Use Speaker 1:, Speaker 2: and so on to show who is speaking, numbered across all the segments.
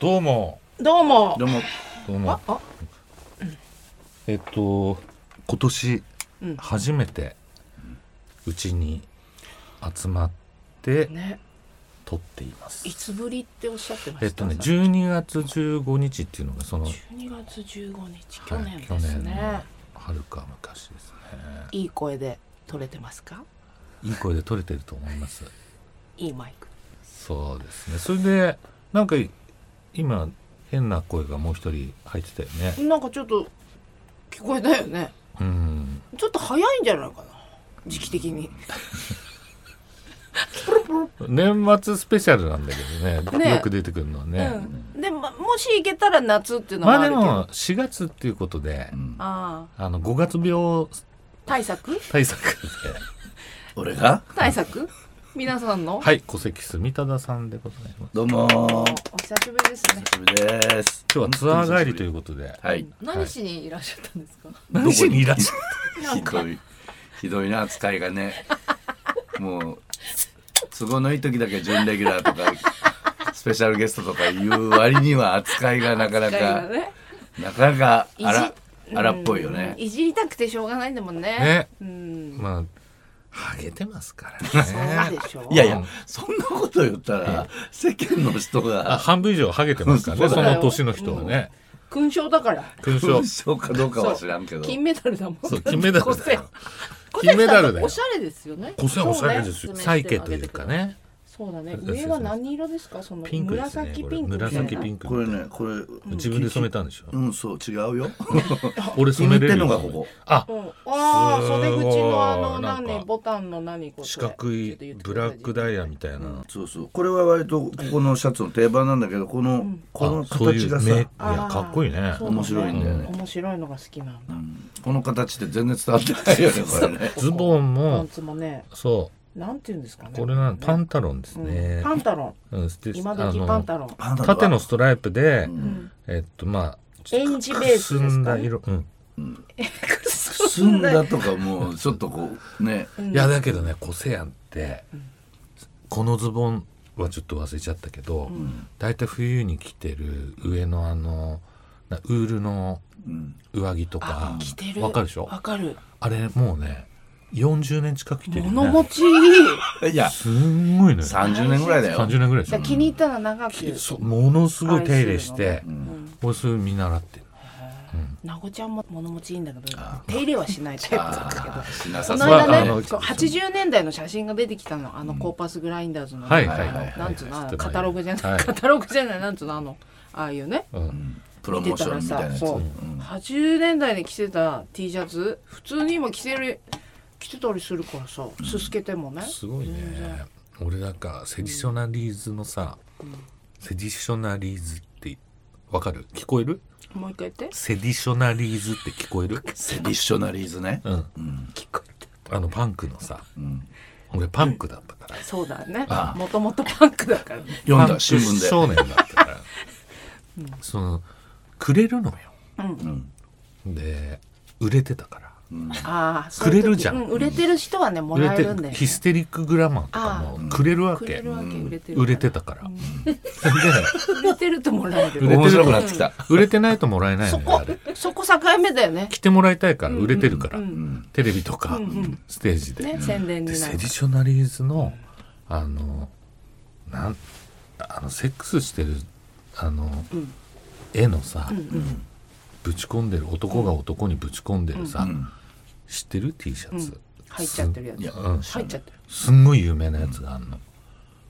Speaker 1: どうも。
Speaker 2: どうも
Speaker 3: で。も
Speaker 1: どう
Speaker 2: あ
Speaker 1: も。
Speaker 2: あ
Speaker 1: えっと、今年
Speaker 2: うん
Speaker 1: 初めてうちに集まって
Speaker 2: ね
Speaker 1: 撮っています
Speaker 2: い。つぶりっておっしゃってました
Speaker 1: えっとね、12月15日っていうのがその、はい
Speaker 2: 12月15日
Speaker 1: 去
Speaker 2: 去年です
Speaker 1: 年
Speaker 2: ね、
Speaker 1: の春か昔ですね。
Speaker 2: い、い声で取れてますか
Speaker 1: いい声で撮れてると思います。
Speaker 2: いいマイク
Speaker 1: そうですね。それで、なんか今、変な声がもう一人入ってたよね。
Speaker 2: なんかちょっと聞こえたよね
Speaker 1: うん。
Speaker 2: ちょっと早いんじゃないかな時期的に
Speaker 1: 年末スペシャルなんだけどね、
Speaker 2: ね
Speaker 1: よく出てくるのはね。
Speaker 2: うんでまもし行けたら夏っていうの
Speaker 1: ま
Speaker 2: は
Speaker 1: あ
Speaker 2: あ
Speaker 1: で
Speaker 2: るけど、
Speaker 1: も4月っていうことで、
Speaker 2: あ
Speaker 1: あの5月病
Speaker 2: あ対策
Speaker 1: 対策で
Speaker 3: 俺が
Speaker 2: 対策皆さんの、
Speaker 1: はい戸籍住田さんでございます
Speaker 3: どうも
Speaker 2: お
Speaker 3: ー
Speaker 2: お久しぶりですね
Speaker 3: 久しぶりです
Speaker 1: 今日はツアー帰りということで
Speaker 3: はい
Speaker 4: 何しにいらっしゃったんですか、
Speaker 1: 何しにいらっしゃる
Speaker 3: ひどいひどいな扱いがねもう都合のいい時だけ準レギュラーとかスペシャルゲストとかいう割には扱いがなかな
Speaker 2: 近い
Speaker 3: か
Speaker 2: よね
Speaker 3: なかなか
Speaker 2: いじ
Speaker 3: 荒
Speaker 2: うん
Speaker 3: 荒っぽいよね
Speaker 2: いじりたくてしょうがないんだもんね
Speaker 1: ね
Speaker 2: うん
Speaker 1: まあハゲてますから
Speaker 2: そう
Speaker 1: ね
Speaker 2: でしょ
Speaker 3: いやいやそんなこと言ったら世間の人
Speaker 1: あ
Speaker 3: が
Speaker 1: 半分以上ハゲてますからね
Speaker 3: そう
Speaker 1: そ
Speaker 2: だよ
Speaker 1: の年の人はね
Speaker 2: 勲章だから
Speaker 1: 勲章
Speaker 3: 勲章かどうかは知らんけど
Speaker 2: 金メダルだもん
Speaker 1: そう金メダルだよ
Speaker 2: 小関
Speaker 1: 金メダルだよ
Speaker 4: おしゃれですよね
Speaker 1: 個性おしゃれですよ
Speaker 4: そうね
Speaker 1: サイケというかね
Speaker 2: そうだね
Speaker 1: そうそうそう
Speaker 2: 上は何色ですかその
Speaker 1: ピンクですね
Speaker 2: 紫
Speaker 1: こ
Speaker 2: ピ
Speaker 1: れ
Speaker 2: ンク
Speaker 1: 紫ピ
Speaker 2: ン
Speaker 1: ンク
Speaker 3: これねこれ
Speaker 1: 自分で染めたんでしょ
Speaker 3: うんそう違うよ
Speaker 1: 俺染めれるよ
Speaker 3: 気に入ってんのがここ
Speaker 1: あ
Speaker 2: うん、ああ
Speaker 1: すごい
Speaker 2: 袖口のあの
Speaker 1: なんか
Speaker 2: 何ボタンの何これ
Speaker 1: 四角いブラックダイヤみたいな
Speaker 3: そうそうこれは割とここのシャツの定番なんだけどこのこの
Speaker 1: あそうい
Speaker 3: 形
Speaker 1: う
Speaker 3: が
Speaker 1: メ
Speaker 3: さ
Speaker 1: イクいやかっこいいね
Speaker 2: そう
Speaker 3: 面白いんだよね
Speaker 2: 面白いのが好きなんだ
Speaker 3: この形って全然伝わってないよねこれ ね
Speaker 1: ズボン
Speaker 2: パ
Speaker 1: も
Speaker 2: ンツもね
Speaker 1: そう
Speaker 2: なんていうんですかね
Speaker 1: これなんパンタロンです
Speaker 2: うん
Speaker 1: ね。
Speaker 2: パンタロン
Speaker 1: うんで
Speaker 2: 今
Speaker 1: あ
Speaker 2: 時
Speaker 1: の
Speaker 2: パンタロン
Speaker 1: 縦のストライプで、
Speaker 2: ん
Speaker 1: えっとまあ
Speaker 2: エンジベース
Speaker 1: 澄
Speaker 2: で
Speaker 1: ん
Speaker 2: す
Speaker 1: だ
Speaker 2: かね
Speaker 1: 色、うん
Speaker 2: くそ
Speaker 3: すんだとかもうちょっとこうね
Speaker 1: いやだけどねコセアンって、このズボンはちょっと忘れちゃったけど、だいたい冬に着てる上のあのなウールの上着とか
Speaker 2: 着てる
Speaker 1: わかるでしょ
Speaker 2: わかる
Speaker 1: あれもうね40年近く着てるよ
Speaker 2: 物持
Speaker 1: ね
Speaker 2: ちいい
Speaker 3: いや
Speaker 1: すんごいね
Speaker 3: 30年ぐらいだよ
Speaker 1: 30年ぐらいで
Speaker 2: だから
Speaker 1: し
Speaker 2: 気に入ったら長く
Speaker 1: ょそうものすごい手入れして、
Speaker 3: うん
Speaker 1: 俺それ見習ってる
Speaker 2: なごちゃんも物持ちいいんだけど手入れはしないタイプなんですけど
Speaker 3: あーしな
Speaker 2: こ
Speaker 3: さそ
Speaker 2: の
Speaker 3: う
Speaker 1: まあ
Speaker 2: 間
Speaker 3: だ
Speaker 2: ね、
Speaker 1: あの
Speaker 2: そう80年代の写真が出てきたのあのコーパスグラインダーズの、
Speaker 1: はい
Speaker 2: あの
Speaker 1: はいはい
Speaker 2: なんつう
Speaker 1: はい
Speaker 2: の
Speaker 1: はい
Speaker 2: カタログじゃない、
Speaker 1: はい
Speaker 2: カタログじゃないなんつうのあのああいうね
Speaker 1: うん
Speaker 3: プロモーションみたいなやつ
Speaker 2: そう
Speaker 3: うん
Speaker 2: 80年代に着てた T シャツ普通に今着てる着てたりするからさすすけてもね、
Speaker 1: すごいね俺なんかセディショナリーズのさ、セディショナリーズってわかる聞こえる
Speaker 2: もう一回言って
Speaker 1: セディショナリーズって聞こえる
Speaker 3: セディショナリーズね
Speaker 1: うん
Speaker 2: 聞こえ
Speaker 1: あのパンクのさ、俺パンクだったから
Speaker 2: たそうだね
Speaker 3: ああ
Speaker 2: もともとパンクだからね
Speaker 3: 読ん
Speaker 1: パン
Speaker 3: だ
Speaker 1: ク
Speaker 3: 新聞で
Speaker 1: 少年だった から、そのくれるのよ、で売れてたから
Speaker 2: ああ
Speaker 1: くれるじゃん
Speaker 2: そういう時う売れてる人はねもらえるんだよ、ね、
Speaker 1: ヒステリックグラマンとかもくれるわ
Speaker 2: く
Speaker 1: け
Speaker 2: れるわけ売れてる
Speaker 1: 売れて
Speaker 2: た
Speaker 1: たから、
Speaker 2: 売れてるともらえる
Speaker 1: 売れてる
Speaker 3: 面白くなってきた
Speaker 1: 売れてないともらえない
Speaker 2: そ
Speaker 1: のよ
Speaker 2: こ
Speaker 1: あれ
Speaker 2: そこ境目だよね
Speaker 1: 来てもらいたいから売れてるから、
Speaker 3: ん
Speaker 1: テレビとか、ステージで,、
Speaker 2: ね宣伝
Speaker 1: で
Speaker 2: にな
Speaker 1: セ
Speaker 2: る
Speaker 1: ディショナリーズのあのなんあのセックスしてるあの、絵のさ、ぶち込んでる男が男にぶち込んでるさ、知ってる T シャツ、
Speaker 2: 入っちゃってるやつ
Speaker 3: いや
Speaker 2: 入っちゃってる
Speaker 1: すんごい有名なやつがあるの、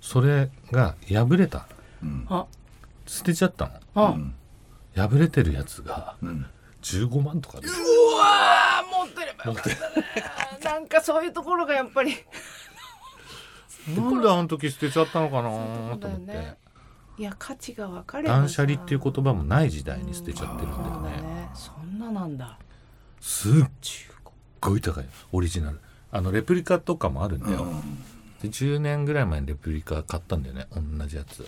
Speaker 1: それが破れた
Speaker 2: あ
Speaker 1: 捨てちゃったの
Speaker 2: あ、
Speaker 1: 破れてるやつが15万とかで
Speaker 2: うわー持ってればよかったねなんかそういうところがやっぱり
Speaker 1: なんであの時捨てちゃったのかなと
Speaker 2: そう
Speaker 1: 思
Speaker 2: だ
Speaker 1: っ
Speaker 2: よ
Speaker 1: て、
Speaker 2: ねいや価値が分かればさ
Speaker 1: 断捨離っていう言葉もない時代に捨てちゃってるんだよ
Speaker 2: そうだ
Speaker 1: ね
Speaker 2: ねそんななんだ
Speaker 1: すっごい高いオリジナルあのレプリカとかもあるんだよ、で10年ぐらい前にレプリカ買ったんだよね同じやつ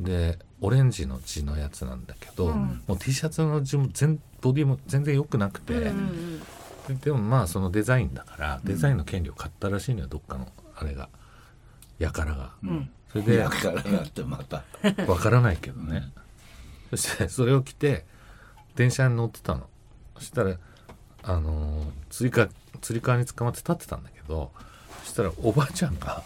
Speaker 1: でオレンジの地のやつなんだけど、もう T シャツの地も全ボディも全然良くなくて、ででもまあそのデザインだからデザインの権利を買ったらしいのよどっかのあれがやからが、それで
Speaker 3: だからなってまた
Speaker 1: わからないけどね。そしてそれを着て電車に乗ってたのそしたらあのーつりかつり革に捕まって立ってたんだけどそしたらおばあちゃんが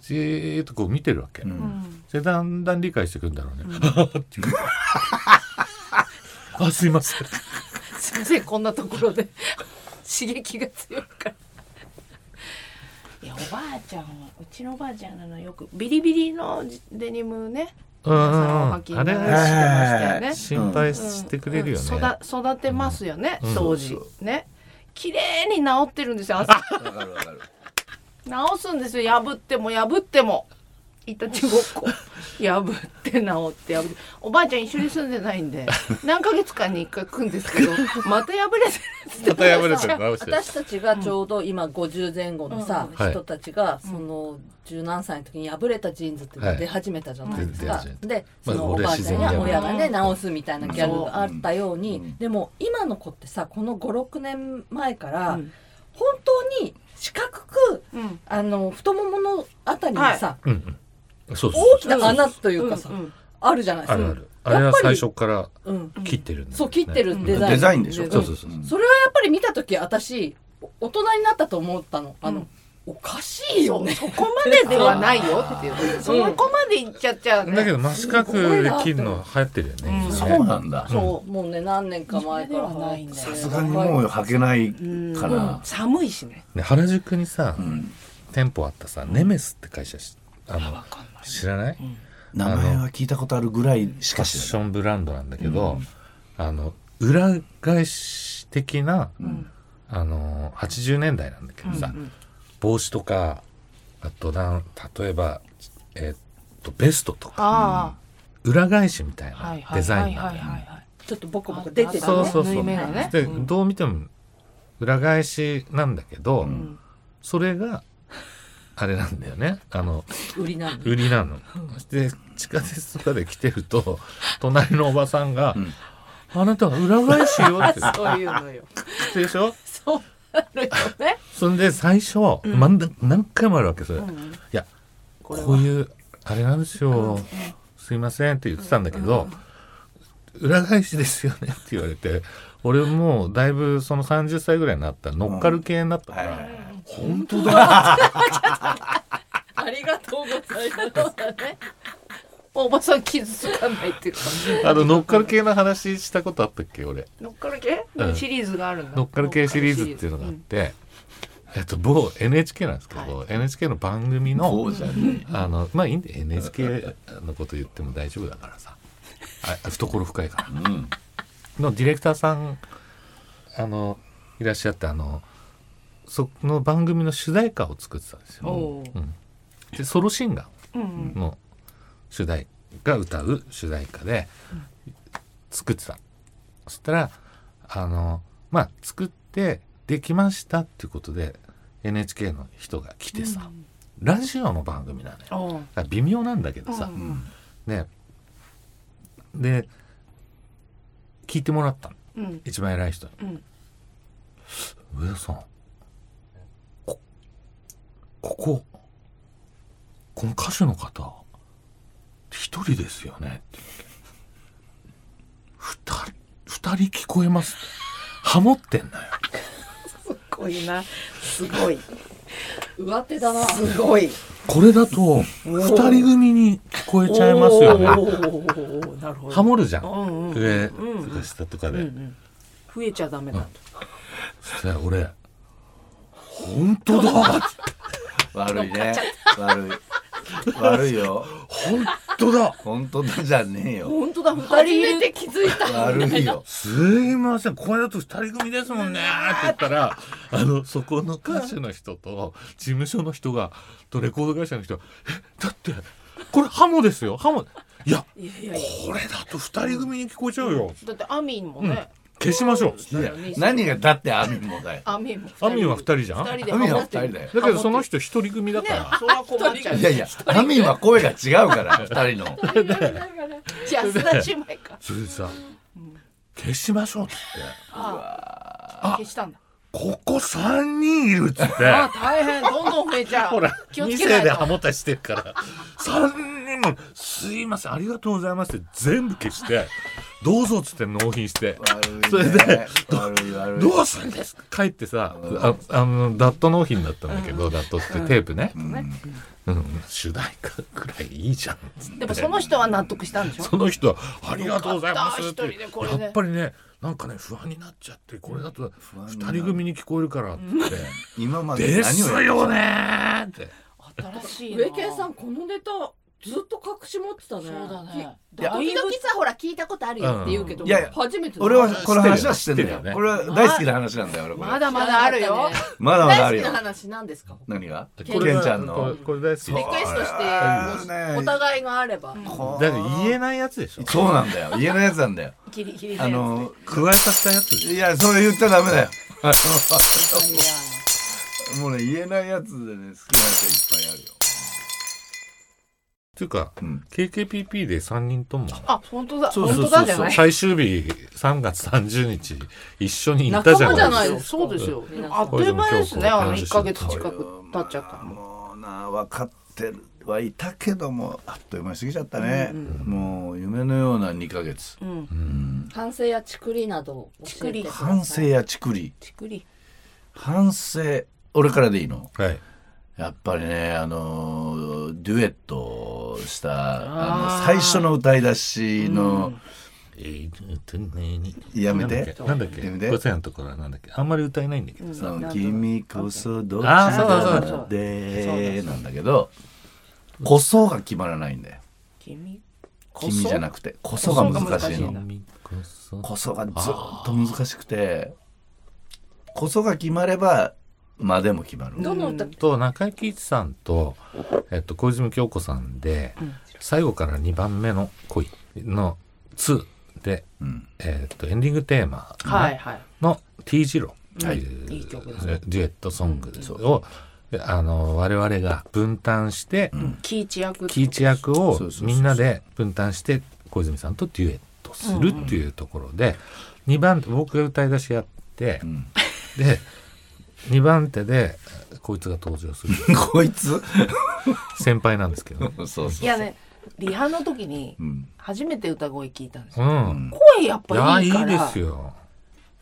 Speaker 1: じーっとこう見てるわけ、
Speaker 3: う
Speaker 2: うんん
Speaker 1: それだんだん理解してくるんだろうね、はぁっていう あすいません
Speaker 2: すいませんこんなところで 刺激が強いからいやおばあちゃんはうちのおばあちゃんなのよくビリビリのデニムね
Speaker 1: うんうん
Speaker 2: 皆さ
Speaker 1: う
Speaker 2: んお履
Speaker 1: ん
Speaker 2: きに
Speaker 1: あ
Speaker 2: な
Speaker 1: れ
Speaker 2: られて
Speaker 1: は
Speaker 2: ましたよね
Speaker 1: 心配してくれるよね、
Speaker 2: うんうん育育てますよね、
Speaker 1: うん
Speaker 2: 当時
Speaker 3: そう
Speaker 2: ね綺麗に治ってるんですよ朝
Speaker 3: わかるわかる
Speaker 2: 治すんですよ破っても破ってもいたちごっ こ破って治って破っておばあちゃん一緒に住んでない んで何ヶ月間に一回来るんですけどまた破れてるっつって
Speaker 1: また破れてる直してる
Speaker 4: 私たちがちょうど今50前後のさ、
Speaker 1: うんはい
Speaker 4: 人たちがその十何歳の時に破れたジーンズっていうのが出始めたじゃないですか、
Speaker 1: はい出
Speaker 4: で
Speaker 1: ま
Speaker 4: そ
Speaker 1: あ
Speaker 4: のお
Speaker 1: 俺
Speaker 4: ば
Speaker 1: は
Speaker 4: あ
Speaker 1: 自
Speaker 4: ちゃ
Speaker 1: 然に
Speaker 4: ん
Speaker 1: 破
Speaker 4: や
Speaker 1: る
Speaker 4: 親がね直すみたいなギャ
Speaker 2: そう
Speaker 4: グがあったように、
Speaker 3: うん
Speaker 4: でも今の子ってさこの56年前から、
Speaker 2: うん
Speaker 4: 本当に四角く
Speaker 2: うん
Speaker 4: あの太もものあたりにさ、
Speaker 1: うんうんそうそうそう
Speaker 4: 大きな穴というかさ、
Speaker 2: うんうん
Speaker 4: あるじゃないで
Speaker 1: あ
Speaker 4: す
Speaker 1: る
Speaker 4: か
Speaker 1: あるあれ
Speaker 4: や
Speaker 1: は
Speaker 4: っぱ
Speaker 1: 最
Speaker 4: り
Speaker 1: 初から
Speaker 4: うん、
Speaker 1: 切ってるんだよね
Speaker 4: そう切ってるデザイン、
Speaker 3: デザインでしょ
Speaker 1: そうそうそう、
Speaker 3: ん
Speaker 4: それはやっぱり見た時私お大人になったと思ったのあの、
Speaker 2: うん
Speaker 4: おかしいよね
Speaker 2: そこまでではないよっていうそこまでいっちゃっちゃうね
Speaker 1: だけど真四角で切るの流行ってるよね
Speaker 2: うん
Speaker 1: 今
Speaker 3: そ
Speaker 1: ね
Speaker 3: うなんだ
Speaker 4: そうもうね何年か前から
Speaker 2: それではないんだよ
Speaker 3: さすがにもう履けないか
Speaker 2: うん
Speaker 3: な
Speaker 2: 寒いしね
Speaker 1: ね原宿にさ、
Speaker 3: うん
Speaker 1: 店舗あったさネメスって会社しあの
Speaker 2: わかんない
Speaker 1: 知らない、フ
Speaker 3: 名前は聞いたことあるぐらいし
Speaker 1: ァッ
Speaker 3: か知
Speaker 1: シ
Speaker 3: ら
Speaker 1: ョンブランドなんだけど、あの裏返し的な、
Speaker 2: ん
Speaker 1: あの80年代なんだけどさ、帽子とかあとなん例えば、えっとベストとか
Speaker 2: あ
Speaker 1: 裏返しみたい
Speaker 2: あは
Speaker 1: ない
Speaker 2: はい
Speaker 1: デザ
Speaker 2: は
Speaker 1: イ
Speaker 2: い
Speaker 1: ンな
Speaker 2: は
Speaker 1: ん
Speaker 2: い
Speaker 1: だよ
Speaker 2: は
Speaker 1: ね
Speaker 2: いはい
Speaker 4: ちょっとボコボコ出てた
Speaker 1: そう
Speaker 4: ね
Speaker 1: そうそう
Speaker 2: 縫い目がね
Speaker 1: で
Speaker 2: うん
Speaker 1: どう見ても裏返しなんだけど、
Speaker 3: ん
Speaker 1: それがあれなんだよねあの
Speaker 4: 売りなの
Speaker 1: 売りなの。で地下鉄とかで来てると隣のおばさんが「
Speaker 3: ん
Speaker 1: あなたは裏返しよ」って言っ
Speaker 2: そういうのよ
Speaker 1: てでしょ
Speaker 2: そうなるよね
Speaker 1: そんで最初、まんだ何回もあるわけそれ、いやこ
Speaker 2: れは
Speaker 1: ういうあれなんですよ、すいませんって言ってたんだけど、裏返しですよねって言われて俺もうだいぶその30歳ぐらいになった乗っかる系になったか
Speaker 3: ない
Speaker 1: ら、
Speaker 3: はいはいはい
Speaker 1: 本当だ
Speaker 4: ありがとうございます
Speaker 2: おばさん傷つかないっていうか
Speaker 1: あの乗っかる系の話したことあったっけ俺
Speaker 2: 乗っかる系
Speaker 1: うん
Speaker 2: シリーズがあるんだ
Speaker 1: 乗っかる系シリーズっていうのがあって、えっと某 NHK なんですけど、NHK の番組の
Speaker 3: そうじゃね
Speaker 1: あのまあいいんで NHK のこと言っても大丈夫だからさあ懐深いから
Speaker 3: えうん
Speaker 1: のディレクターさんあのいらっしゃってあのその番組の主題歌を作ってたんですよ
Speaker 2: おう。
Speaker 1: うん、でソロシンガ
Speaker 2: うんうん
Speaker 1: ーの主題が歌う主題歌で作ってた。そしたらあのまあ作ってできましたっていうことで NHK の人が来てさ、ラジオの番組なのよ。だか
Speaker 2: おう
Speaker 1: ら微妙なんだけどさ、
Speaker 2: うんうん
Speaker 1: ねで聞いてもらったの
Speaker 2: うん
Speaker 1: 一番偉い人に
Speaker 2: うん
Speaker 1: 「上田さんここここの歌手の方一人ですよね」って言うわけ二人二人聞こえます」ハモってんだよ
Speaker 2: すごいなすごい
Speaker 4: 上手だな
Speaker 2: すごい
Speaker 1: これだと二人組に聞こえちゃいますよね
Speaker 2: ねなるほど
Speaker 1: ハモるじゃん、
Speaker 2: うんうん
Speaker 1: 上
Speaker 2: うん
Speaker 1: とか下とかで、
Speaker 2: うんうん増えちゃダメだと
Speaker 1: そしたら俺「本当だ!」
Speaker 3: 悪いね悪い悪いよ
Speaker 1: 本当だ。
Speaker 3: 本当だじゃねえよ
Speaker 2: 本当だ二人
Speaker 4: 初
Speaker 2: いる
Speaker 4: めて気づいた
Speaker 3: 悪いよ
Speaker 1: すいません、これだと二人組ですもんねって言ったら、あの、そこの歌手の人と、事務所の人が、とレコード会社の人が、え、だって、これハモですよ、ハモ。いや、
Speaker 2: いやいやいや
Speaker 1: これだと二人組に聞こえちゃうよ。
Speaker 2: だってアミンもね
Speaker 1: 消しましょう。
Speaker 3: いや何がだってアミンもだよ
Speaker 2: アミンも二人
Speaker 1: アミンは二人じゃん
Speaker 2: 二
Speaker 1: だけ
Speaker 2: 人で
Speaker 3: アミン
Speaker 2: ハモ
Speaker 3: は二
Speaker 2: って
Speaker 3: 人
Speaker 2: る
Speaker 3: だよ
Speaker 1: どその人一人組だ
Speaker 2: ね
Speaker 1: か、
Speaker 2: それは困っちゃう
Speaker 3: いやいやアミンは声が違うから 二人の
Speaker 2: じゃあ安田姉妹から
Speaker 1: それでさ、消しましょうっつって、
Speaker 2: 消したんだ
Speaker 1: ここ三人いるっつって、
Speaker 2: 大変どんどん増えちゃう
Speaker 1: ほら、
Speaker 2: 気を
Speaker 1: 2
Speaker 2: つけな
Speaker 1: 世
Speaker 2: い
Speaker 1: で
Speaker 2: と
Speaker 1: ハモったりしてるから、三人うんすいませんありがとうございます」って全部消して「どうぞ」っつって納品してそれで
Speaker 3: 悪い悪い
Speaker 1: どうするんですか帰ってさああのダット納品だったんだけど、ダットってテープね、うん
Speaker 3: うん
Speaker 1: 主題歌くらいいいじゃんっつって
Speaker 2: でもその人は納得したんでしょ
Speaker 1: その人は「ありがとうございます」って
Speaker 2: よかった一人でこれで
Speaker 1: やっぱりねなんかね不安になっちゃってこれだと
Speaker 3: 安に
Speaker 1: 二
Speaker 3: なる
Speaker 1: 人組に聞こえるからって
Speaker 3: 今
Speaker 1: 「
Speaker 3: まで
Speaker 1: で
Speaker 3: 何を
Speaker 1: す
Speaker 3: やっ
Speaker 1: よね」って
Speaker 2: 新しいな
Speaker 4: 上圭さんこのネタずっと隠し持ってたね
Speaker 2: そうだね
Speaker 4: き時々さほら聞いたことあるよって言うけど、
Speaker 3: うんいやいや
Speaker 4: 初めてだ
Speaker 3: 俺はこの話は知っ
Speaker 1: 知
Speaker 3: て
Speaker 1: ってるよ
Speaker 3: ん
Speaker 1: ね
Speaker 3: だよ。これは大好きな話なんだよ、俺これ。
Speaker 2: まだまだあるよ
Speaker 3: まだまだあ
Speaker 4: 大
Speaker 3: る
Speaker 4: 好き
Speaker 3: よ
Speaker 4: な。話なんですか
Speaker 3: 何がケ
Speaker 4: ケン
Speaker 3: ンちゃん
Speaker 1: これ
Speaker 3: の。
Speaker 1: これ大好き
Speaker 3: そう
Speaker 4: リクエストして
Speaker 3: あー
Speaker 4: もしお互いがあれば、
Speaker 3: こう
Speaker 1: だから言えないやつでしょ
Speaker 3: そうなんだよ。家のやつなんだよ。
Speaker 4: ギリギリ
Speaker 3: あの、
Speaker 1: 加えさせたやつ
Speaker 3: いや、それ言っちゃダメだよ。
Speaker 4: 本当に嫌
Speaker 3: もうね、言えないやつでね、好きな人いっぱいあるよ。
Speaker 1: っていうか、
Speaker 3: うん
Speaker 1: KKPP で3人とも
Speaker 2: あ本当だ
Speaker 1: そう
Speaker 2: 本
Speaker 1: そう
Speaker 2: 当
Speaker 1: そ
Speaker 2: だ
Speaker 1: う
Speaker 2: じゃ
Speaker 1: そう
Speaker 2: ない
Speaker 1: 最終日3月30日一緒に行ったじゃ
Speaker 4: 仲間じ
Speaker 1: な
Speaker 4: ゃないい
Speaker 1: で
Speaker 4: です
Speaker 1: か
Speaker 4: す
Speaker 2: そうですよ
Speaker 4: 皆さん
Speaker 2: あっという間ですねあの1か月
Speaker 1: こ
Speaker 2: 近
Speaker 1: れ
Speaker 2: く経っちゃったの
Speaker 3: もうな分かってるはいたけどもあっという間に過ぎちゃったね、もう夢のような2ヶ月
Speaker 2: うん
Speaker 4: 反省やちくりなど教えてください
Speaker 3: 反省やちくり
Speaker 2: ちくり
Speaker 3: 反省俺からでいいの
Speaker 1: はい
Speaker 3: やっぱりねあのデュエットしたあ
Speaker 2: あ
Speaker 3: の
Speaker 2: ー
Speaker 3: 最初の歌い出しの、やめて
Speaker 1: なんだっけ
Speaker 3: や
Speaker 1: なんだっ
Speaker 3: めて
Speaker 1: け五千のところはなんだっけあんまり歌えないんだけど
Speaker 3: その君こそどち
Speaker 1: あー
Speaker 3: ら
Speaker 1: そうそう
Speaker 2: そう
Speaker 3: でなんだけどこそが決まらないんだよ
Speaker 2: 君
Speaker 3: 君じゃなくてこそが難しい
Speaker 2: こそが難しい
Speaker 3: の
Speaker 2: な
Speaker 3: こそがずっと難しくてこそが決まればまあでも決まる
Speaker 4: どの歌、うん、
Speaker 1: と中井貴一さんと、えっと、小泉京子さんで、最後から2番目の恋の2で、
Speaker 3: うん
Speaker 1: えっと、エンディングテーマの
Speaker 2: はいはい
Speaker 1: の T 字路って
Speaker 2: うん
Speaker 1: い
Speaker 2: いうい曲です
Speaker 1: デュエットソングを、あの我々が分担して、
Speaker 2: キーチ役
Speaker 1: キーチ役を
Speaker 3: そうそうそう
Speaker 1: みんなで分担して小泉さんとデュエットするっていうところで、2番手僕が歌い出しやって、
Speaker 3: ん
Speaker 1: で2番手でこいつが登場する
Speaker 3: こいつ
Speaker 1: 先輩なんですけどね。
Speaker 3: そうそう
Speaker 2: いやねリハの時に
Speaker 3: うん
Speaker 2: 初めて歌声聞いたんです
Speaker 1: う
Speaker 2: よ
Speaker 1: ん、
Speaker 2: 声やっ
Speaker 1: いや
Speaker 2: ぱい
Speaker 1: い
Speaker 2: いか
Speaker 1: いで
Speaker 2: ら
Speaker 1: すよ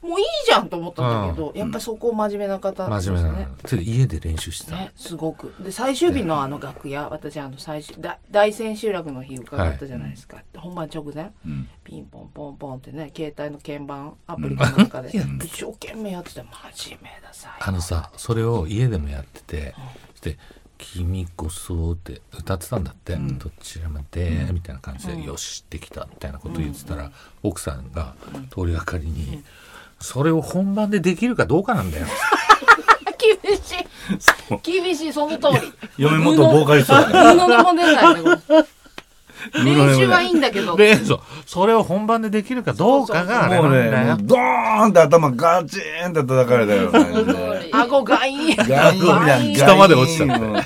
Speaker 2: もういいじゃんと思ったんだけどやっぱそこ真面目な方です
Speaker 1: 真
Speaker 2: ね
Speaker 1: 面目なのそれ家で練習してた、
Speaker 2: ね、すごくで最終日のあの楽屋私あの最終だ大千秋楽の日伺ったじゃないですか、本番直前、
Speaker 3: ん
Speaker 2: ピンポンポンポンってね携帯の鍵盤アプリかなんかで一生懸命やってた真面目ださ
Speaker 1: あのさそれを家でもやっててそして「君こそ」って歌ってたんだって「どちらまで」みたいな感じで「よしできた」みたいなこと言ってたら、奥さんが通りがかりに、それを本番でできるかどうかなんだよ」
Speaker 2: 厳しい厳しいその通り
Speaker 3: 嫁元ボーカリストだから
Speaker 2: 布のも出ないねこ れ練習はいいんだけど
Speaker 1: でそうそれを本番でできるかどうかがあれ
Speaker 3: も
Speaker 1: なんだよ
Speaker 3: うねもう。ドーンって頭ガチーンって叩かれたような感じで
Speaker 2: 顎がいい
Speaker 3: ガインみたいな
Speaker 1: 下まで落ちちゃっ
Speaker 3: ガイン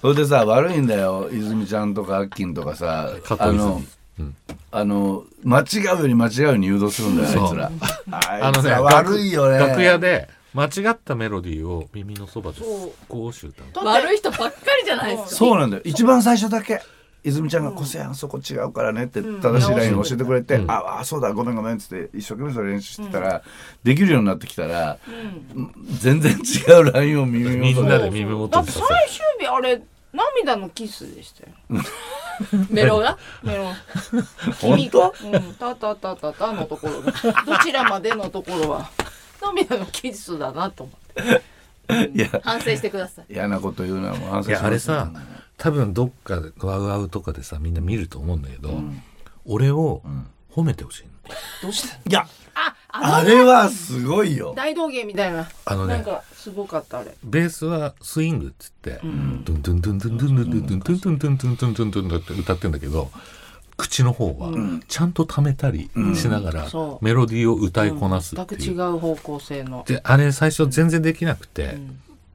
Speaker 3: それでさ悪いんだよ泉ちゃんとかあっきんとかさ
Speaker 1: 加藤
Speaker 3: あ
Speaker 1: 泉
Speaker 3: のあの間違うように間違うように誘導するんだよあいつらあ
Speaker 1: あ
Speaker 3: い
Speaker 1: の
Speaker 3: つ
Speaker 1: ね
Speaker 3: ら悪いよね
Speaker 1: 楽楽屋で間違ったメロディーを耳のそばでこうし歌う
Speaker 4: 悪い人ばっかりじゃないですか
Speaker 3: そうなんだよ一番最初だけ泉ちゃんが「こせやんそこ違うからね」って正しいラインを教えてくれて「
Speaker 1: ん
Speaker 3: ああそうだごめんごめん」っつって一生懸命それ練習してたら、できるようになってきたら、全然違うラインを耳
Speaker 1: みん
Speaker 3: 元
Speaker 1: な
Speaker 3: で
Speaker 1: で耳元
Speaker 2: だっ
Speaker 1: に
Speaker 2: て
Speaker 1: さ
Speaker 2: 最終日あれ涙のキスでしたよ
Speaker 4: メロが
Speaker 2: メロン。君が、うん、たたたたたのところが、どちらまでのところは、涙のキスだなと思って。
Speaker 3: いや
Speaker 4: 反省してください
Speaker 3: 嫌なこと言うなもう反省
Speaker 1: いや
Speaker 3: します
Speaker 1: あれさ多分どっかでワウワウとかでさみんな見ると思うんだけど、俺を褒めてほしいの、
Speaker 2: どうした
Speaker 3: いや
Speaker 2: あ、あ
Speaker 3: あれはすごいよ
Speaker 2: の大道芸みたいな。
Speaker 1: あのね
Speaker 2: なんか、すごかった、あれ。
Speaker 1: ベースはスイングっつってドゥンドゥンドゥンドゥンドゥンドゥンドゥンドゥンドゥンドゥンドゥンドゥンドゥンドゥンドゥンって歌ってんだけど口の方はちゃんと溜めたりしながら
Speaker 2: そう
Speaker 1: メロディーを歌いこなすっ
Speaker 2: 全
Speaker 1: て
Speaker 2: く
Speaker 1: い
Speaker 2: 違
Speaker 1: う。
Speaker 2: う方向性の。
Speaker 1: であれ最初全然できなくて、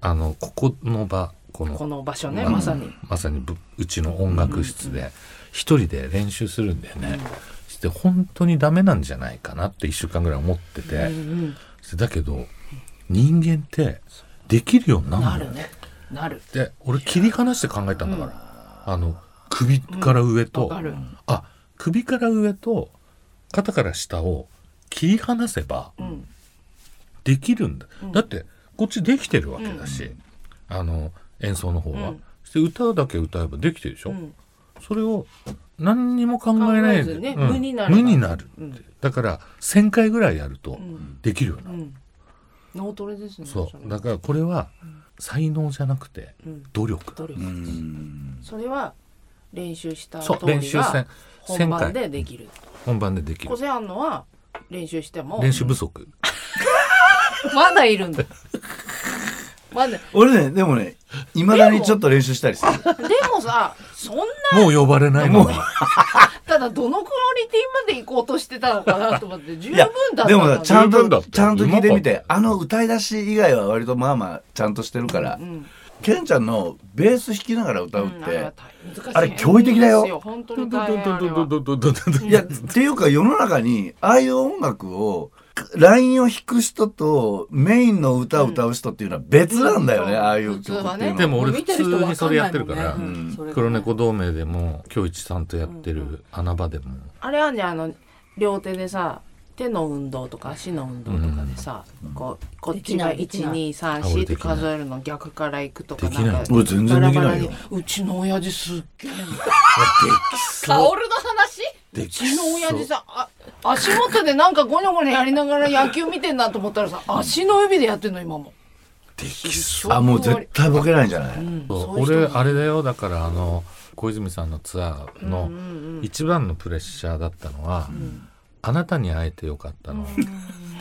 Speaker 1: あのここの場この
Speaker 2: この場所ね、
Speaker 1: あの
Speaker 2: まさに。
Speaker 1: まさにぶうちの音楽室で一人で練習するんだよね、して本当にダメなんじゃないかなって1週間ぐらい思ってて、してだけど人間ってできるようになるんだ
Speaker 2: な
Speaker 1: よ
Speaker 2: るね。なる。
Speaker 1: で俺切り離して考えたんだからあの首から上と、
Speaker 2: わかる。
Speaker 1: あ首から上と肩から下を切り離せば
Speaker 2: うん。
Speaker 1: できるんだ、
Speaker 2: うん
Speaker 1: だってこっちできてるわけだし、あの演奏の方は、
Speaker 2: うん
Speaker 1: そして歌だけ歌えばできてるでしょ、
Speaker 2: うん
Speaker 1: それを何にも考えない
Speaker 2: 考えず
Speaker 1: で、
Speaker 2: ね
Speaker 1: うん
Speaker 2: 無になる
Speaker 1: 無になるって、
Speaker 2: うん
Speaker 1: だから1,000回ぐらいやると
Speaker 2: うん。
Speaker 1: できるように
Speaker 2: う
Speaker 1: なる、
Speaker 2: ん。脳トレですね。
Speaker 1: そ
Speaker 2: れ
Speaker 1: うだからこれは才能じゃなくて
Speaker 2: うん。
Speaker 1: 努力だ
Speaker 2: 努力
Speaker 3: う。ん
Speaker 2: それは練習した通
Speaker 1: そう練
Speaker 2: り
Speaker 1: 習
Speaker 2: が
Speaker 1: 戦1000
Speaker 2: 本番
Speaker 1: 回
Speaker 2: でできる。
Speaker 1: 本番ででき
Speaker 2: 個
Speaker 1: る
Speaker 2: 性あんのは練習しても
Speaker 1: 練習不足
Speaker 2: まだいるんだ。まだ。で
Speaker 3: 俺ねでもねいまだにちょっと練習したりする
Speaker 2: もさ、そんな
Speaker 1: もう呼ばれないの
Speaker 3: も
Speaker 1: に
Speaker 3: う
Speaker 2: ただどのクオリティまで行こうとしてたのかなと思って十
Speaker 3: い
Speaker 2: 分だ
Speaker 3: や
Speaker 2: った
Speaker 3: でもさちゃん
Speaker 1: 十分だ
Speaker 3: と
Speaker 1: った
Speaker 3: ちゃんと聞いてみ
Speaker 1: うまか
Speaker 3: て
Speaker 1: っ
Speaker 3: あの歌い出し以外は割とまあまあちゃんとしてるから
Speaker 2: うん
Speaker 3: ケンちゃんのベース弾きながら歌うっ
Speaker 2: うんあれは
Speaker 3: て
Speaker 2: 大難しい
Speaker 3: あれ驚異的だよ
Speaker 2: 本当
Speaker 1: ド
Speaker 2: に
Speaker 1: ド
Speaker 2: 大変あれ
Speaker 1: ド
Speaker 2: は
Speaker 1: ドドドドドド
Speaker 3: いやっていうか世の中にああいう音楽をラインを弾く人とメインの歌を歌う人っていうのは別なんだよね、
Speaker 2: うん
Speaker 3: ああいう曲っていう
Speaker 2: 普
Speaker 3: の
Speaker 2: 通はね
Speaker 1: でも俺
Speaker 4: 見
Speaker 1: 普
Speaker 4: て
Speaker 1: 通
Speaker 4: る人わかんないもんね
Speaker 1: にそれやってるから、
Speaker 3: うん
Speaker 4: それがね
Speaker 1: 黒猫同盟でも京一さんとやってる穴場でも、
Speaker 2: あれはねあの両手でさ手の運動とか足の運動とかでさ、こうこっちが
Speaker 4: できない
Speaker 1: あ俺
Speaker 2: 1234っ
Speaker 1: で
Speaker 2: て
Speaker 1: きない
Speaker 2: 数えるの逆からいくとか
Speaker 1: できない
Speaker 2: なんか
Speaker 3: 俺全然できないよ
Speaker 2: バラバラにうちの親父すっげえカ
Speaker 1: そ
Speaker 2: オルの話
Speaker 1: で
Speaker 2: う
Speaker 1: きそう
Speaker 2: ちの親父さあ足元でなんかゴニョゴニョやりながら野球見てんなと思ったらさ足の指でやってんの今も
Speaker 1: できそう
Speaker 3: あもう絶対ボケないんじゃない、
Speaker 2: うんそういう人
Speaker 1: 俺
Speaker 2: も
Speaker 1: あれだよだからあの小泉さんのツアーの
Speaker 2: うんうん
Speaker 1: 一番のプレッシャーだったのは、
Speaker 2: ん
Speaker 1: あなたに会えてよかったの。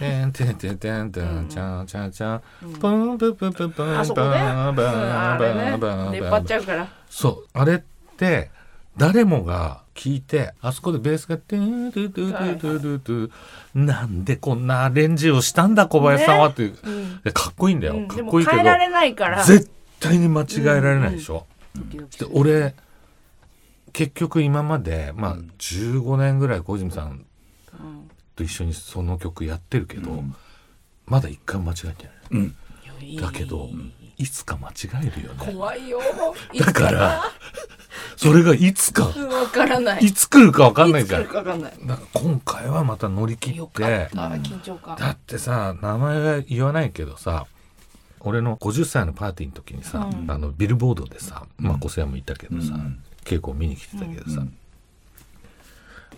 Speaker 1: てんてんてんてんてんちゃんちゃんちゃんぷんぷんぷんぷんぷんぷんぷん
Speaker 2: あ
Speaker 1: ぷ
Speaker 2: そ
Speaker 1: ん
Speaker 2: こね、うん、あれね出っ張
Speaker 1: ぷ
Speaker 2: っ
Speaker 1: ん
Speaker 2: ちゃうから
Speaker 1: そうあれって誰もが聞いてあそこでベースが「トゥートゥートゥートゥートゥートゥーなんでこんなアレンジをしたんだ小林さんは」っていう、
Speaker 2: うん
Speaker 1: いやかっこいいんだ
Speaker 2: う
Speaker 1: よ、
Speaker 2: ん
Speaker 1: か
Speaker 2: で
Speaker 1: っ
Speaker 2: も
Speaker 1: こいいけ
Speaker 2: 変え
Speaker 1: ど
Speaker 2: られないから
Speaker 1: 絶対に間違えられないでしょ。で俺結局今まで、まあ、15年ぐらい小泉さん
Speaker 2: うん
Speaker 1: と一緒にその曲やってるけど、
Speaker 3: うん
Speaker 1: まだ一回も間違えてない。
Speaker 3: うん、
Speaker 2: いや
Speaker 1: だけど、いつか間違えるよね。
Speaker 2: 怖いよ
Speaker 1: だから、 それがいつか、
Speaker 2: わからない
Speaker 1: いつ来るかわかんない
Speaker 2: いつ
Speaker 1: じゃ
Speaker 2: 来
Speaker 1: ん。
Speaker 2: るかわかんない
Speaker 1: だから今回はまた乗り切
Speaker 2: よ
Speaker 1: っ、
Speaker 2: かってた緊張感
Speaker 1: だってさ、名前は言わないけどさ、俺の50歳のパーティーの時にさ、
Speaker 2: うん
Speaker 1: あのビルボードでさ、まあ、小瀬谷もいたけどさ、
Speaker 3: うん
Speaker 1: 稽古を見に来てたけどさ、
Speaker 3: うん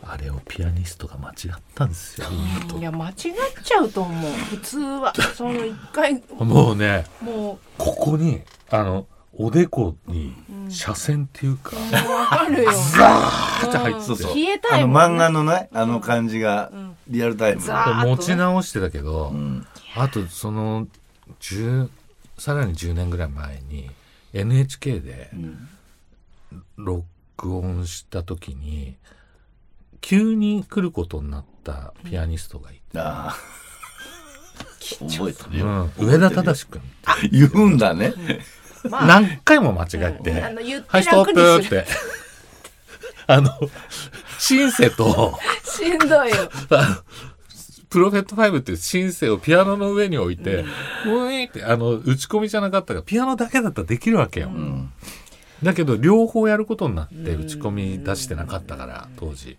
Speaker 1: あれをピアニストが間違ったんですよ。
Speaker 2: いや間違っちゃうと思う普通はその一回
Speaker 1: もうね、
Speaker 2: も
Speaker 1: ここに、あの、おでこに、斜線っていうか、
Speaker 2: うもうわかるよ
Speaker 1: カチャ入ってて
Speaker 3: そうそう
Speaker 2: 消えた
Speaker 3: あ
Speaker 2: い
Speaker 3: の
Speaker 2: もん
Speaker 3: 漫画
Speaker 2: ね
Speaker 3: のねあの感じが
Speaker 2: ん
Speaker 3: リアルタイムで、
Speaker 2: ザ
Speaker 1: 持ち直してたけど、
Speaker 3: うん
Speaker 1: あとその10さらに10年ぐらい前に NHK で録音した時に急に来ることになったピアニストがい
Speaker 3: ああ 覚えて
Speaker 1: て、
Speaker 3: るよ、
Speaker 1: うん上田正君
Speaker 3: 言うんだね、
Speaker 2: まあ
Speaker 1: 何回も間違えて
Speaker 2: うんあの言っ
Speaker 1: 「
Speaker 2: て
Speaker 1: はいストッ
Speaker 2: 楽に
Speaker 1: プ!」っ
Speaker 2: す
Speaker 1: て あのシンセと
Speaker 2: しんどいよ
Speaker 1: あのプロフェット5っていうシンセをピアノの上に置いて、ういって、あの、打ち込みじゃなかったから、ピアノだけだったらできるわけよ。
Speaker 3: うん
Speaker 1: だけど、両方やることになって、打ち込み出してなかったから、当時。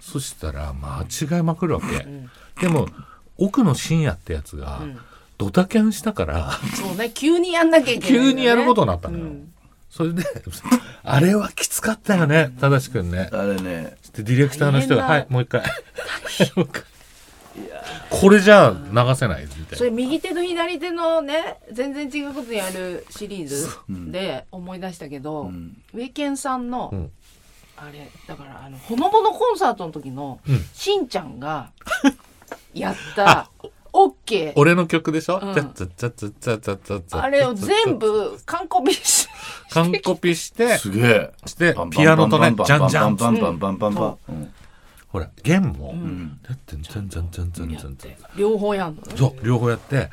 Speaker 1: そしたら、間違いまくるわけ。でも、奥の深夜ってやつが、ドタキャンしたから、
Speaker 2: そうね急にやんなきゃいけないんだよ
Speaker 1: 急
Speaker 2: ね
Speaker 1: にやることになったのよ。
Speaker 2: うん
Speaker 1: それで、 あれはきつかったよね、正しくんね。
Speaker 3: あれね
Speaker 1: でディレクターの人が「は
Speaker 2: 大変だ
Speaker 1: いもう一回」 もう一回これじゃ流せないみたいな
Speaker 2: それ右手と左手のね全然違うことやるシリーズで思い出したけど、
Speaker 3: ん
Speaker 2: ウェケンさんの、
Speaker 1: うん
Speaker 2: あれだからあのほのぼのコンサートの時の、
Speaker 1: うん
Speaker 2: しんちゃん がやった「オッケー
Speaker 1: 俺の曲でしょ、
Speaker 2: うん
Speaker 1: ザッザッザッザッザッザッザッ」ザッ
Speaker 2: あれを全部完コピし
Speaker 1: 完コピして
Speaker 3: すげえ
Speaker 1: してピアノとねジャンジャン
Speaker 3: パンパンパンパンパンパンうん
Speaker 1: ほら弦も
Speaker 3: ん
Speaker 1: 「ジャンジャンジャンジャンジャンジャンジャン」
Speaker 2: 両方やんのね
Speaker 1: そう両方やって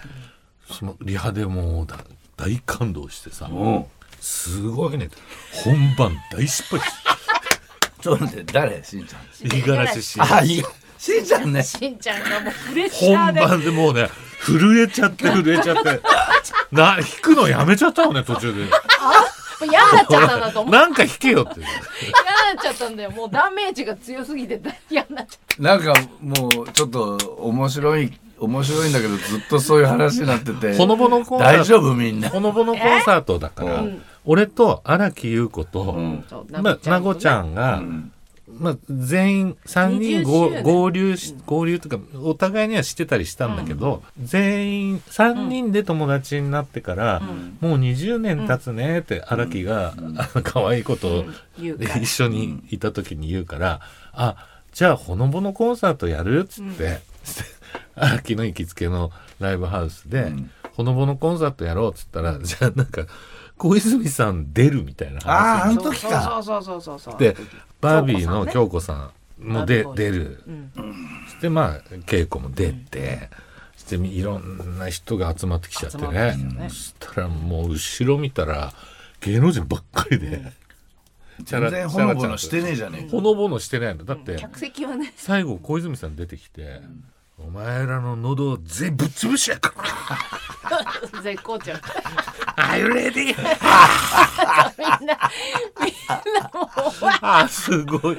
Speaker 1: そのリハでもうだ大感動してさ
Speaker 3: うん
Speaker 1: 「すごいね」本番大失敗し
Speaker 3: ちょっと待って誰しんちゃん
Speaker 1: て五十嵐氏
Speaker 3: あいいしんちゃんね
Speaker 2: しんちゃんがもうプレッシャー
Speaker 1: 本
Speaker 2: で
Speaker 1: 番でもうね震えちゃって震えちゃってな弾くのやめちゃったのね途中で。
Speaker 2: もう嫌になっち ゃったんだと思う
Speaker 1: なんか弾けよって。
Speaker 2: 嫌になっちゃったんだよもうダメージが強すぎて嫌になっちゃっ
Speaker 3: なんかもうちょっと面白い面白いんだけどずっとそういう話になってて
Speaker 1: ほのぼのコンサート。
Speaker 3: 大丈夫みん な
Speaker 1: ほのぼのコンサートだから、
Speaker 3: うん
Speaker 1: 俺と荒木優子と、
Speaker 3: うん
Speaker 2: たそう
Speaker 1: まあ、なごちゃ
Speaker 2: ん
Speaker 1: んが、
Speaker 3: うん
Speaker 1: まあ、全員3人合
Speaker 2: 20周年
Speaker 1: 合流し合流というかお互いにはしてたりしたんだけど、全員3人で友達になってから、もう20年経つねって荒木が、あの 可愛いことを、
Speaker 2: 言う
Speaker 1: で
Speaker 2: から
Speaker 1: 一緒にいた時に言うから「あじゃあほのぼのコンサートやる?」っつって、 荒木の行きつけのライブハウスで、
Speaker 3: うん
Speaker 1: ほのぼのコンサートやろう」っつったら、じゃあなんか小泉さん出るみたいな
Speaker 3: あああ
Speaker 1: 話
Speaker 3: の時 か
Speaker 2: そうそうそうそうそう
Speaker 1: でバービーの
Speaker 2: 京
Speaker 1: 京子さんもで
Speaker 2: バービ
Speaker 1: 出
Speaker 2: ー子
Speaker 1: る
Speaker 2: うん
Speaker 1: してまあ稽古も出て、していろんな人が集まってきちゃって
Speaker 2: 集まっ
Speaker 1: ね
Speaker 2: てきちゃうね
Speaker 1: そしたらもう後ろ見たら芸能人ばっかりで、チャラ
Speaker 3: 全然ほのぼのしてねえじゃねえか
Speaker 1: ほのぼのしてないのだって、
Speaker 2: 客席はね
Speaker 1: 最後小泉さん出てきて「お前らの喉を全部ぶっ潰しやから
Speaker 2: 絶好 調
Speaker 1: Are you ready?
Speaker 2: みんな
Speaker 1: あ」すごいい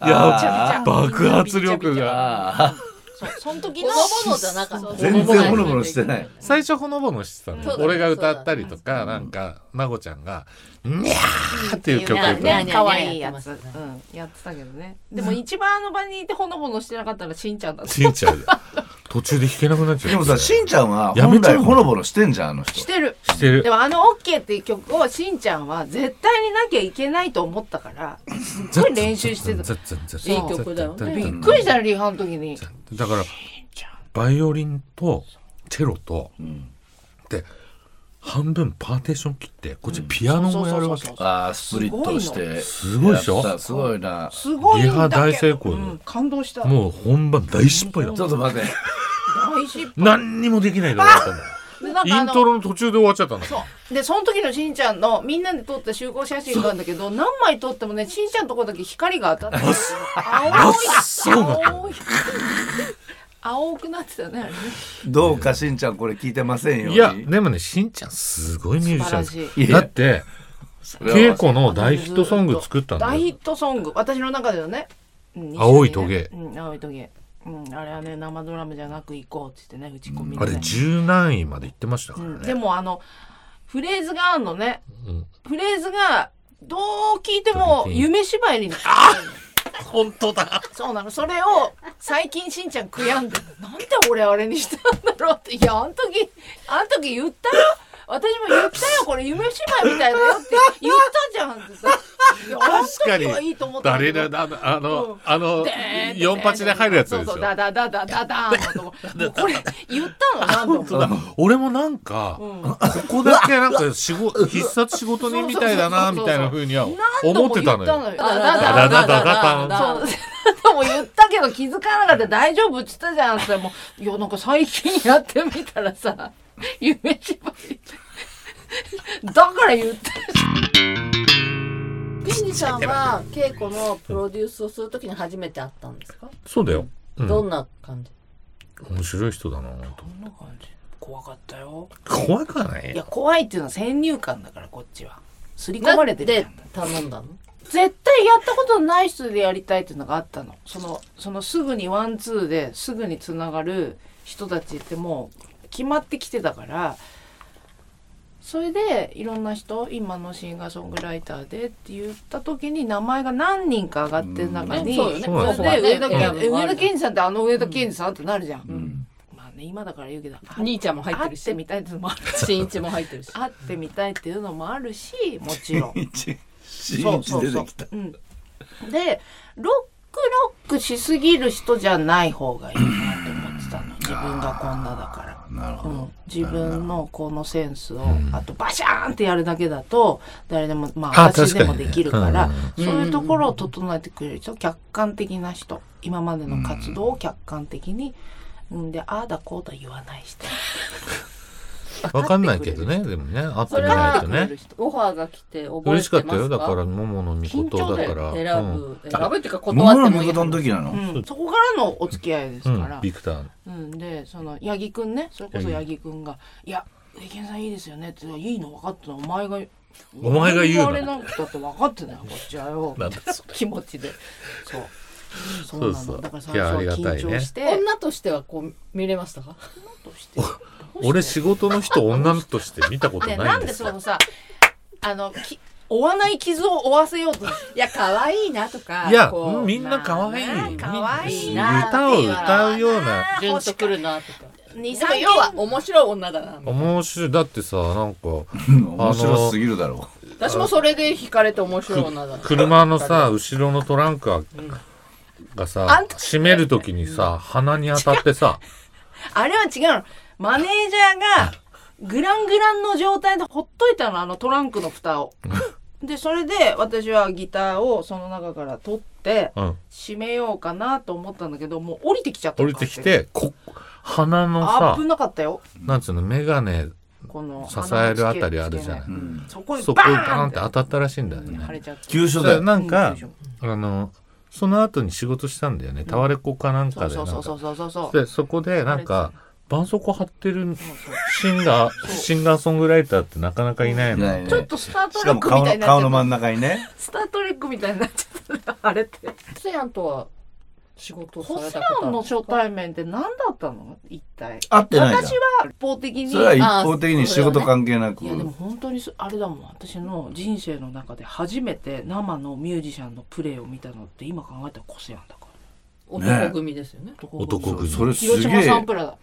Speaker 3: あ
Speaker 1: や
Speaker 2: ー
Speaker 1: 爆発力が
Speaker 3: ああ
Speaker 2: そうその時
Speaker 4: ほ
Speaker 2: の
Speaker 4: のぼのじゃなかった
Speaker 2: そう
Speaker 3: 全然ほのぼのしてない
Speaker 1: 最初ほのぼのしてたのよ
Speaker 4: そうだね
Speaker 1: 俺が歌ったりとかなんかなごちゃんが「にゃー!」っていう曲歌
Speaker 4: な
Speaker 1: っ
Speaker 4: ん
Speaker 1: て
Speaker 4: か
Speaker 2: ね
Speaker 4: ね
Speaker 2: 可愛いや
Speaker 4: やって
Speaker 2: つ
Speaker 4: ました
Speaker 2: うんやってたけどねでも一番あの場にいてほのぼのしてなかったらしんちゃんだった
Speaker 1: しんちゃんが途中で弾けなくなっちゃう
Speaker 3: でもさしんちゃんは
Speaker 1: やめ
Speaker 3: 本
Speaker 1: ちゃう
Speaker 3: 来
Speaker 1: の
Speaker 3: ほのぼのしてんじゃんあの人
Speaker 2: してる
Speaker 1: してる
Speaker 2: でもあの「OK」っていう曲をしんちゃんは絶対になきゃいけないと思った からすっごい練習してた
Speaker 1: た
Speaker 4: いい曲だよね
Speaker 2: びっくりしたよリハの時に
Speaker 1: だからバイオリンとチェロと、で半分パーテーション切ってこっちピアノもやるわけ、
Speaker 2: そうそうそう
Speaker 3: ああスプリットして
Speaker 1: すごいでしょ
Speaker 3: やったすごいなち
Speaker 2: すごいんだけど
Speaker 1: リハ大成功よ
Speaker 2: うん感動した
Speaker 1: もう本番大失敗だった
Speaker 3: ょっと待って
Speaker 2: 大失
Speaker 1: 何にもできないから終わったんだよ
Speaker 2: 敗でなんか
Speaker 1: イ
Speaker 2: あ
Speaker 1: ン
Speaker 2: の
Speaker 1: トロの途中で終わっちゃったんだよ
Speaker 2: そうでその時のしんちゃんのみんなで撮った集合写真なんだけど何枚撮ってもねしんちゃんのとこだけ光が当たって
Speaker 1: あ
Speaker 2: 青
Speaker 1: っ
Speaker 2: い
Speaker 1: そうなんだ
Speaker 2: 青い青くなってたねあれね
Speaker 3: どうかしんちゃんこれ聞いてませんように
Speaker 1: いやでもねしんちゃんすごいミュージシャン
Speaker 2: 素晴ら
Speaker 1: で
Speaker 2: し
Speaker 1: す
Speaker 3: いいや
Speaker 1: だって
Speaker 3: それ
Speaker 1: 稽
Speaker 3: は
Speaker 1: 古の大ヒットソング作ったんだ
Speaker 2: 大ヒッ
Speaker 1: よ
Speaker 2: トソング私の中ではね、うん
Speaker 1: 青いトゲ
Speaker 2: うん、青いトゲ、うん、あれはね生ドラムじゃなく行こうっつってね打ち込みで、ね
Speaker 1: あれ十何位まで行ってましたか
Speaker 2: う
Speaker 1: ら
Speaker 2: ん、
Speaker 1: ね
Speaker 2: で、もあのフレーズがあんのね
Speaker 1: うん
Speaker 2: フレーズがどう聞いても夢芝居にあ
Speaker 1: 本当だ
Speaker 2: そうなのそれを最近しんちゃん悔やんでなんで俺あれにしたんだろうっていやあん時あん時言ったよ私も言ったよこれ夢芝居みたいだよって言ったじゃんってさいやあ
Speaker 1: 確
Speaker 2: ん
Speaker 1: か
Speaker 2: 時
Speaker 1: に
Speaker 2: はいいと思った
Speaker 1: 誰
Speaker 2: けど
Speaker 1: だあのあの,、
Speaker 2: うん
Speaker 1: あの4八で入るやつでしょ
Speaker 2: そうそうダダダダダダーンのとこもうこれ言ったの何度も
Speaker 1: だ俺もなんか、
Speaker 2: ん
Speaker 1: ここだけなんか仕事必殺仕事人みたいだな
Speaker 2: そう
Speaker 1: み
Speaker 2: そうそ
Speaker 1: た
Speaker 2: うそう
Speaker 1: いな風には
Speaker 2: 何
Speaker 1: 思
Speaker 2: 度
Speaker 1: っ
Speaker 2: も
Speaker 1: て
Speaker 2: 言った
Speaker 1: た
Speaker 2: の
Speaker 1: の
Speaker 2: よ
Speaker 1: よ。
Speaker 2: ダ
Speaker 1: ダダ
Speaker 2: ダダダ
Speaker 1: ダダ
Speaker 4: ダ
Speaker 1: ダ
Speaker 2: そう 何度も言ったけど気づかなかった大丈夫っつったじゃんってもういやなんか最近やってみたらさ 夢芝居だから言った
Speaker 4: ピンさんは稽古のプロデュースをするときに初めて会ったんですか、
Speaker 1: そうだよ。うん
Speaker 4: どんな感じ
Speaker 1: 面白い人だなと。
Speaker 2: そんな感じ怖かったよ
Speaker 1: 怖くはないい
Speaker 2: や怖いっていうのは先入観だからこっちは刷り込
Speaker 4: な
Speaker 2: ま
Speaker 4: ん
Speaker 2: れてるじゃ
Speaker 4: で
Speaker 2: ん
Speaker 4: 頼んだの
Speaker 2: 絶対やったことない人でやりたいっていうのがあったのそのそのすぐにワンツーですぐにつながる人たちってもう決まってきてたからそれでいろんな人今のシンガーソングライターでって言った時に名前が何人か上がってる中に、
Speaker 4: うんそうよね
Speaker 2: それで上田
Speaker 4: そうだ
Speaker 2: 健
Speaker 4: ね
Speaker 2: え上田健二さんってあの上田健二さんってなるじゃん、
Speaker 3: うん
Speaker 2: まあね今だから言うけどあ
Speaker 4: 兄ちゃんも入って
Speaker 2: 会っ
Speaker 4: る
Speaker 2: てみ
Speaker 4: した
Speaker 2: いっていうのもある
Speaker 4: 新一も入ってるし
Speaker 2: 会ってみたいっていうのもあるしもち ろん
Speaker 3: 一し
Speaker 2: そ
Speaker 3: ん
Speaker 2: う
Speaker 3: ち出てき
Speaker 2: そ
Speaker 3: た
Speaker 2: うそううん、でロックロックしすぎる人じゃない方がいいなと思ってたの自分がこんなだから。
Speaker 3: なる
Speaker 2: う
Speaker 3: ほ
Speaker 2: ん
Speaker 3: ど、
Speaker 2: 自分のこのセンスをあとバシャーンってやるだけだと誰でもまあ
Speaker 1: あ
Speaker 2: 私でも
Speaker 1: 確かにね
Speaker 2: できるから
Speaker 4: うん
Speaker 2: そういうところを整えてくれる人客観的な人今までの活動を客観的にうんでああだこうだ言わない人
Speaker 1: わかんないけどね。でもね、会って
Speaker 4: そ
Speaker 1: み
Speaker 4: れ
Speaker 1: ないと
Speaker 4: は
Speaker 1: ね。
Speaker 4: オファーが来て覚えてますか
Speaker 1: 嬉しかったよ。だから、桃の御事だから。
Speaker 4: 選
Speaker 1: うん
Speaker 4: ぶ、選ぶっていうか
Speaker 3: 桃
Speaker 4: 断
Speaker 3: の
Speaker 4: っても
Speaker 3: 見
Speaker 4: いい
Speaker 3: 事の時なの、
Speaker 2: うんそこからのお付き合いです
Speaker 1: う
Speaker 2: から
Speaker 1: ん、ビクターの。
Speaker 2: うん、でその八木くんねそれこそ八木くんが「いや植木さんいいですよね」って「いいの分かったのお前が
Speaker 1: お前が言う
Speaker 2: あれ
Speaker 1: な
Speaker 2: なんだって分かってないこっちはよ
Speaker 1: なんだそれ
Speaker 2: 気持ちでそうそうな
Speaker 1: そうそ
Speaker 2: の
Speaker 1: う
Speaker 2: だから最初はい
Speaker 1: やありがた
Speaker 2: 緊
Speaker 1: いね
Speaker 2: 張して
Speaker 4: 女としてはこう見れましたか
Speaker 2: として
Speaker 1: 俺仕事の人女として見たこと
Speaker 2: ね
Speaker 1: な
Speaker 2: ないん
Speaker 1: ん
Speaker 2: で
Speaker 1: です
Speaker 2: そ
Speaker 1: よ
Speaker 2: のさあのき追わない傷を負わせようと
Speaker 4: いや可愛いなとか
Speaker 1: いや
Speaker 4: こう
Speaker 1: みんな可愛い
Speaker 2: まあね可愛
Speaker 4: いな
Speaker 1: 歌を歌うような
Speaker 4: 順次来るなとか
Speaker 2: 二
Speaker 4: で
Speaker 2: 三
Speaker 4: も
Speaker 2: 件
Speaker 4: 要は面白い女だな
Speaker 1: 面白いだってさなんか
Speaker 3: 面白すぎるだろ
Speaker 4: 私もそれで惹かれて面白い女だな
Speaker 1: 車のさ後ろのトランクが
Speaker 4: あ
Speaker 1: さ
Speaker 4: んた
Speaker 1: 閉める時にさ鼻に当たってさ
Speaker 2: あれは違うのマネージャーがグラングランの状態でほっといたのあのトランクの蓋をでそれで私はギターをその中から取って
Speaker 1: うん
Speaker 2: 閉めようかなと思ったんだけどもう降りてきちゃった
Speaker 1: 降
Speaker 2: の
Speaker 1: りてきてこ鼻のさ
Speaker 2: 危なかったよ
Speaker 1: なんつうの眼鏡
Speaker 2: この
Speaker 1: 支えるあたりあるじゃないう
Speaker 3: う、
Speaker 2: ん
Speaker 3: ん、
Speaker 2: そこに
Speaker 1: そこ
Speaker 2: バ
Speaker 1: バー
Speaker 2: ー
Speaker 1: ン
Speaker 2: ンっ
Speaker 1: って
Speaker 2: て
Speaker 1: 当たったらしいんだよね
Speaker 2: 腫れちゃって
Speaker 3: 急所
Speaker 1: そ
Speaker 3: だ
Speaker 1: れ
Speaker 3: よ
Speaker 1: なんか
Speaker 2: うんそう
Speaker 1: あのその後に仕事したんだよねタワレコかなんかで
Speaker 2: そ
Speaker 1: な
Speaker 2: うそ
Speaker 1: ん
Speaker 2: うそう
Speaker 1: か
Speaker 2: そうそうそう
Speaker 1: でそこでなんか絆創膏貼ってる
Speaker 2: そうそう
Speaker 1: シンガーシンガーソングライターってなかなかいないの
Speaker 3: ないね
Speaker 2: ちょっとスター
Speaker 3: し
Speaker 2: トレ
Speaker 3: か
Speaker 2: ッ
Speaker 3: も
Speaker 2: クみ
Speaker 3: 顔
Speaker 2: たいに
Speaker 3: の
Speaker 2: なっ
Speaker 3: 顔
Speaker 2: ちゃ
Speaker 3: の
Speaker 2: っ
Speaker 3: 真
Speaker 2: た
Speaker 3: ん中にね
Speaker 2: スタートレックみたいになっちゃった あれって
Speaker 4: ホセアンとは仕事
Speaker 2: ホ
Speaker 4: され
Speaker 2: セ
Speaker 4: た
Speaker 2: アン
Speaker 4: こと
Speaker 2: の
Speaker 4: ある
Speaker 2: 初対面って何だったの一体
Speaker 3: 会ってない
Speaker 2: 私
Speaker 3: じゃん
Speaker 2: は一方的に
Speaker 3: それ
Speaker 2: い
Speaker 3: は
Speaker 2: う
Speaker 3: 一方的に仕事関係なく、
Speaker 2: やでも本当にそあれだもん私の人生の中で初めて生のミュージシャンのプレーを見たのって今考えたらコセアンだから
Speaker 4: 男組ですよね
Speaker 1: 男
Speaker 2: 組
Speaker 1: 組
Speaker 3: そそれす
Speaker 2: 広島
Speaker 3: げ
Speaker 2: サン
Speaker 3: え
Speaker 2: プラだ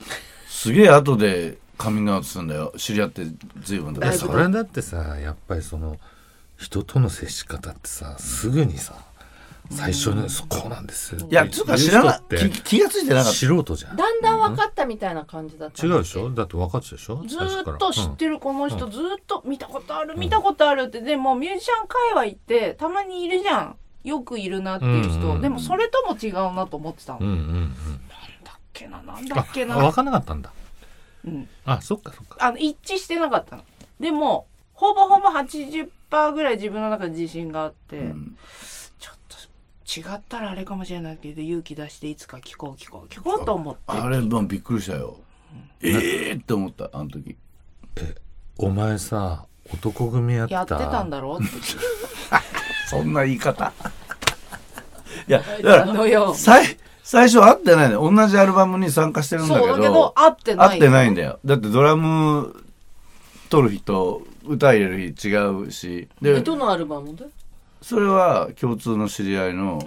Speaker 3: すげえ後でカミングアウトするんだよ知り合って随分
Speaker 1: い
Speaker 3: だ
Speaker 1: や
Speaker 3: け
Speaker 1: そ
Speaker 3: ど
Speaker 1: れだってさやっぱりその人との接し方ってさすぐにさ最初に「そうこうなんです」
Speaker 3: いやつうか知らな
Speaker 1: って言う人
Speaker 3: 気気がついてな
Speaker 1: っ
Speaker 3: か
Speaker 1: て
Speaker 3: った
Speaker 1: 素人じゃん
Speaker 4: だんだん分かったみたいな感じだった
Speaker 1: 違うでしょだって分かってたでしょ
Speaker 2: ず
Speaker 1: 最初か
Speaker 2: ー
Speaker 1: ら
Speaker 2: っと知ってるこの人、ずーっと見たことある見たことあるってでもミュージシャン界隈ってたまにいるじゃんよくいるなっていう人、
Speaker 1: うんうんうん
Speaker 2: でもそれとも違うなと思ってたの、
Speaker 1: うん
Speaker 2: なん
Speaker 1: うんうんうん
Speaker 2: だっけななんだ
Speaker 1: あ
Speaker 2: っけ
Speaker 1: あ分
Speaker 2: な
Speaker 1: かんなかったんだ
Speaker 2: うん
Speaker 1: あそっかそっか
Speaker 2: あの一致してなかったのでもほぼほぼ80%ぐらい自分の中で自信があって、
Speaker 3: うん
Speaker 2: ちょっと違ったらあれかもしれないけど勇気出していつか聞こう聞こう聞こうと思って
Speaker 3: あれもうびっくりしたよええって思ったあの時
Speaker 1: お前さ男組やってた
Speaker 2: やってたんだろうって
Speaker 3: そんな言い方 いやだ
Speaker 2: あ
Speaker 3: から
Speaker 2: のよ
Speaker 3: 最最初会ってないの同じアルバムに参加してるんだけ
Speaker 2: そうだけ
Speaker 3: ど
Speaker 2: ど合ってない
Speaker 3: 会ってないんだよだってドラム取る日と歌入れる日違うし
Speaker 4: え
Speaker 3: で
Speaker 4: どのアルバムで
Speaker 3: それは共通の知り合いの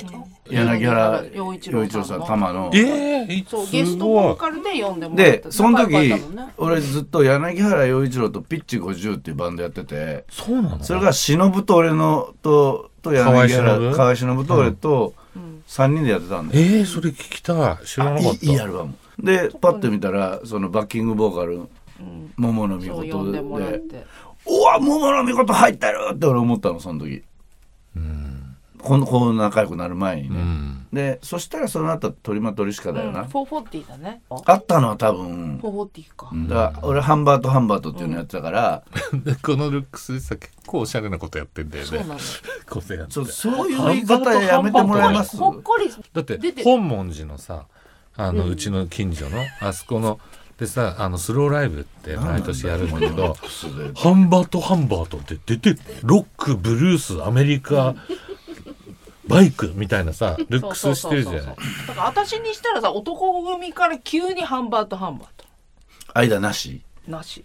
Speaker 3: 柳原
Speaker 2: 陽
Speaker 3: 陽
Speaker 2: 一
Speaker 3: 一
Speaker 2: 郎さんの
Speaker 3: 郎さん玉の
Speaker 1: ええ
Speaker 2: そ
Speaker 1: そうう
Speaker 2: ゲ
Speaker 1: ゲ
Speaker 2: ス
Speaker 1: ス
Speaker 2: ト
Speaker 1: ト
Speaker 2: ボー
Speaker 1: も
Speaker 2: カルで呼んでもらっ
Speaker 3: で
Speaker 2: た
Speaker 3: その
Speaker 4: 仲良
Speaker 3: 時
Speaker 4: かったもんね
Speaker 3: 俺ずっと柳原陽一郎とピッチ50っていうバンドやってて
Speaker 1: そうなの
Speaker 3: それが忍と俺のとと柳
Speaker 1: 河合
Speaker 3: 原
Speaker 1: 忍
Speaker 3: 河合忍と俺と
Speaker 2: うん
Speaker 3: 3人でやってたんだよ、
Speaker 1: ええそれ聞きたい知らなか
Speaker 3: あ
Speaker 1: っ
Speaker 3: い
Speaker 1: た
Speaker 3: いいいアルバムでパッて見たらそのバッキングボーカ
Speaker 2: う
Speaker 3: ル
Speaker 2: ん
Speaker 3: 桃の美
Speaker 2: そう呼ん
Speaker 3: 琴
Speaker 2: でもらっ
Speaker 3: で
Speaker 2: て
Speaker 3: うわ桃の見事入ってるって俺思ったのその時
Speaker 1: うん
Speaker 3: このこう仲良くなる前に
Speaker 1: う
Speaker 3: ね、
Speaker 1: ん
Speaker 3: でそしたらその後鳥間鳥しかだよな、
Speaker 2: フォーフォーティーだねフォ
Speaker 3: あったのは多分
Speaker 2: ーフォーティーか
Speaker 1: うん
Speaker 3: だから俺ハンバートハンバートっていうのやってたから、
Speaker 1: でこのルックスでさ結構おしゃれなことやってんだよ
Speaker 2: そうなん
Speaker 1: ね
Speaker 2: だよ
Speaker 1: 個性あって
Speaker 3: そうそういう言い方やめてもらえます
Speaker 2: ほっこり
Speaker 1: だって
Speaker 2: 出て
Speaker 1: 本門寺のさあのうちの近所のあそこのでさあのスローライブって毎年やるんだけど ハンバートハンバートって出てロックブルースアメリ カバイクみたいなさルックスしてるじゃ
Speaker 2: そ
Speaker 1: な
Speaker 2: う
Speaker 1: い
Speaker 2: そうそうそうだから私にしたらさ男組から急にハンバートハンバート
Speaker 3: 間なし
Speaker 2: なし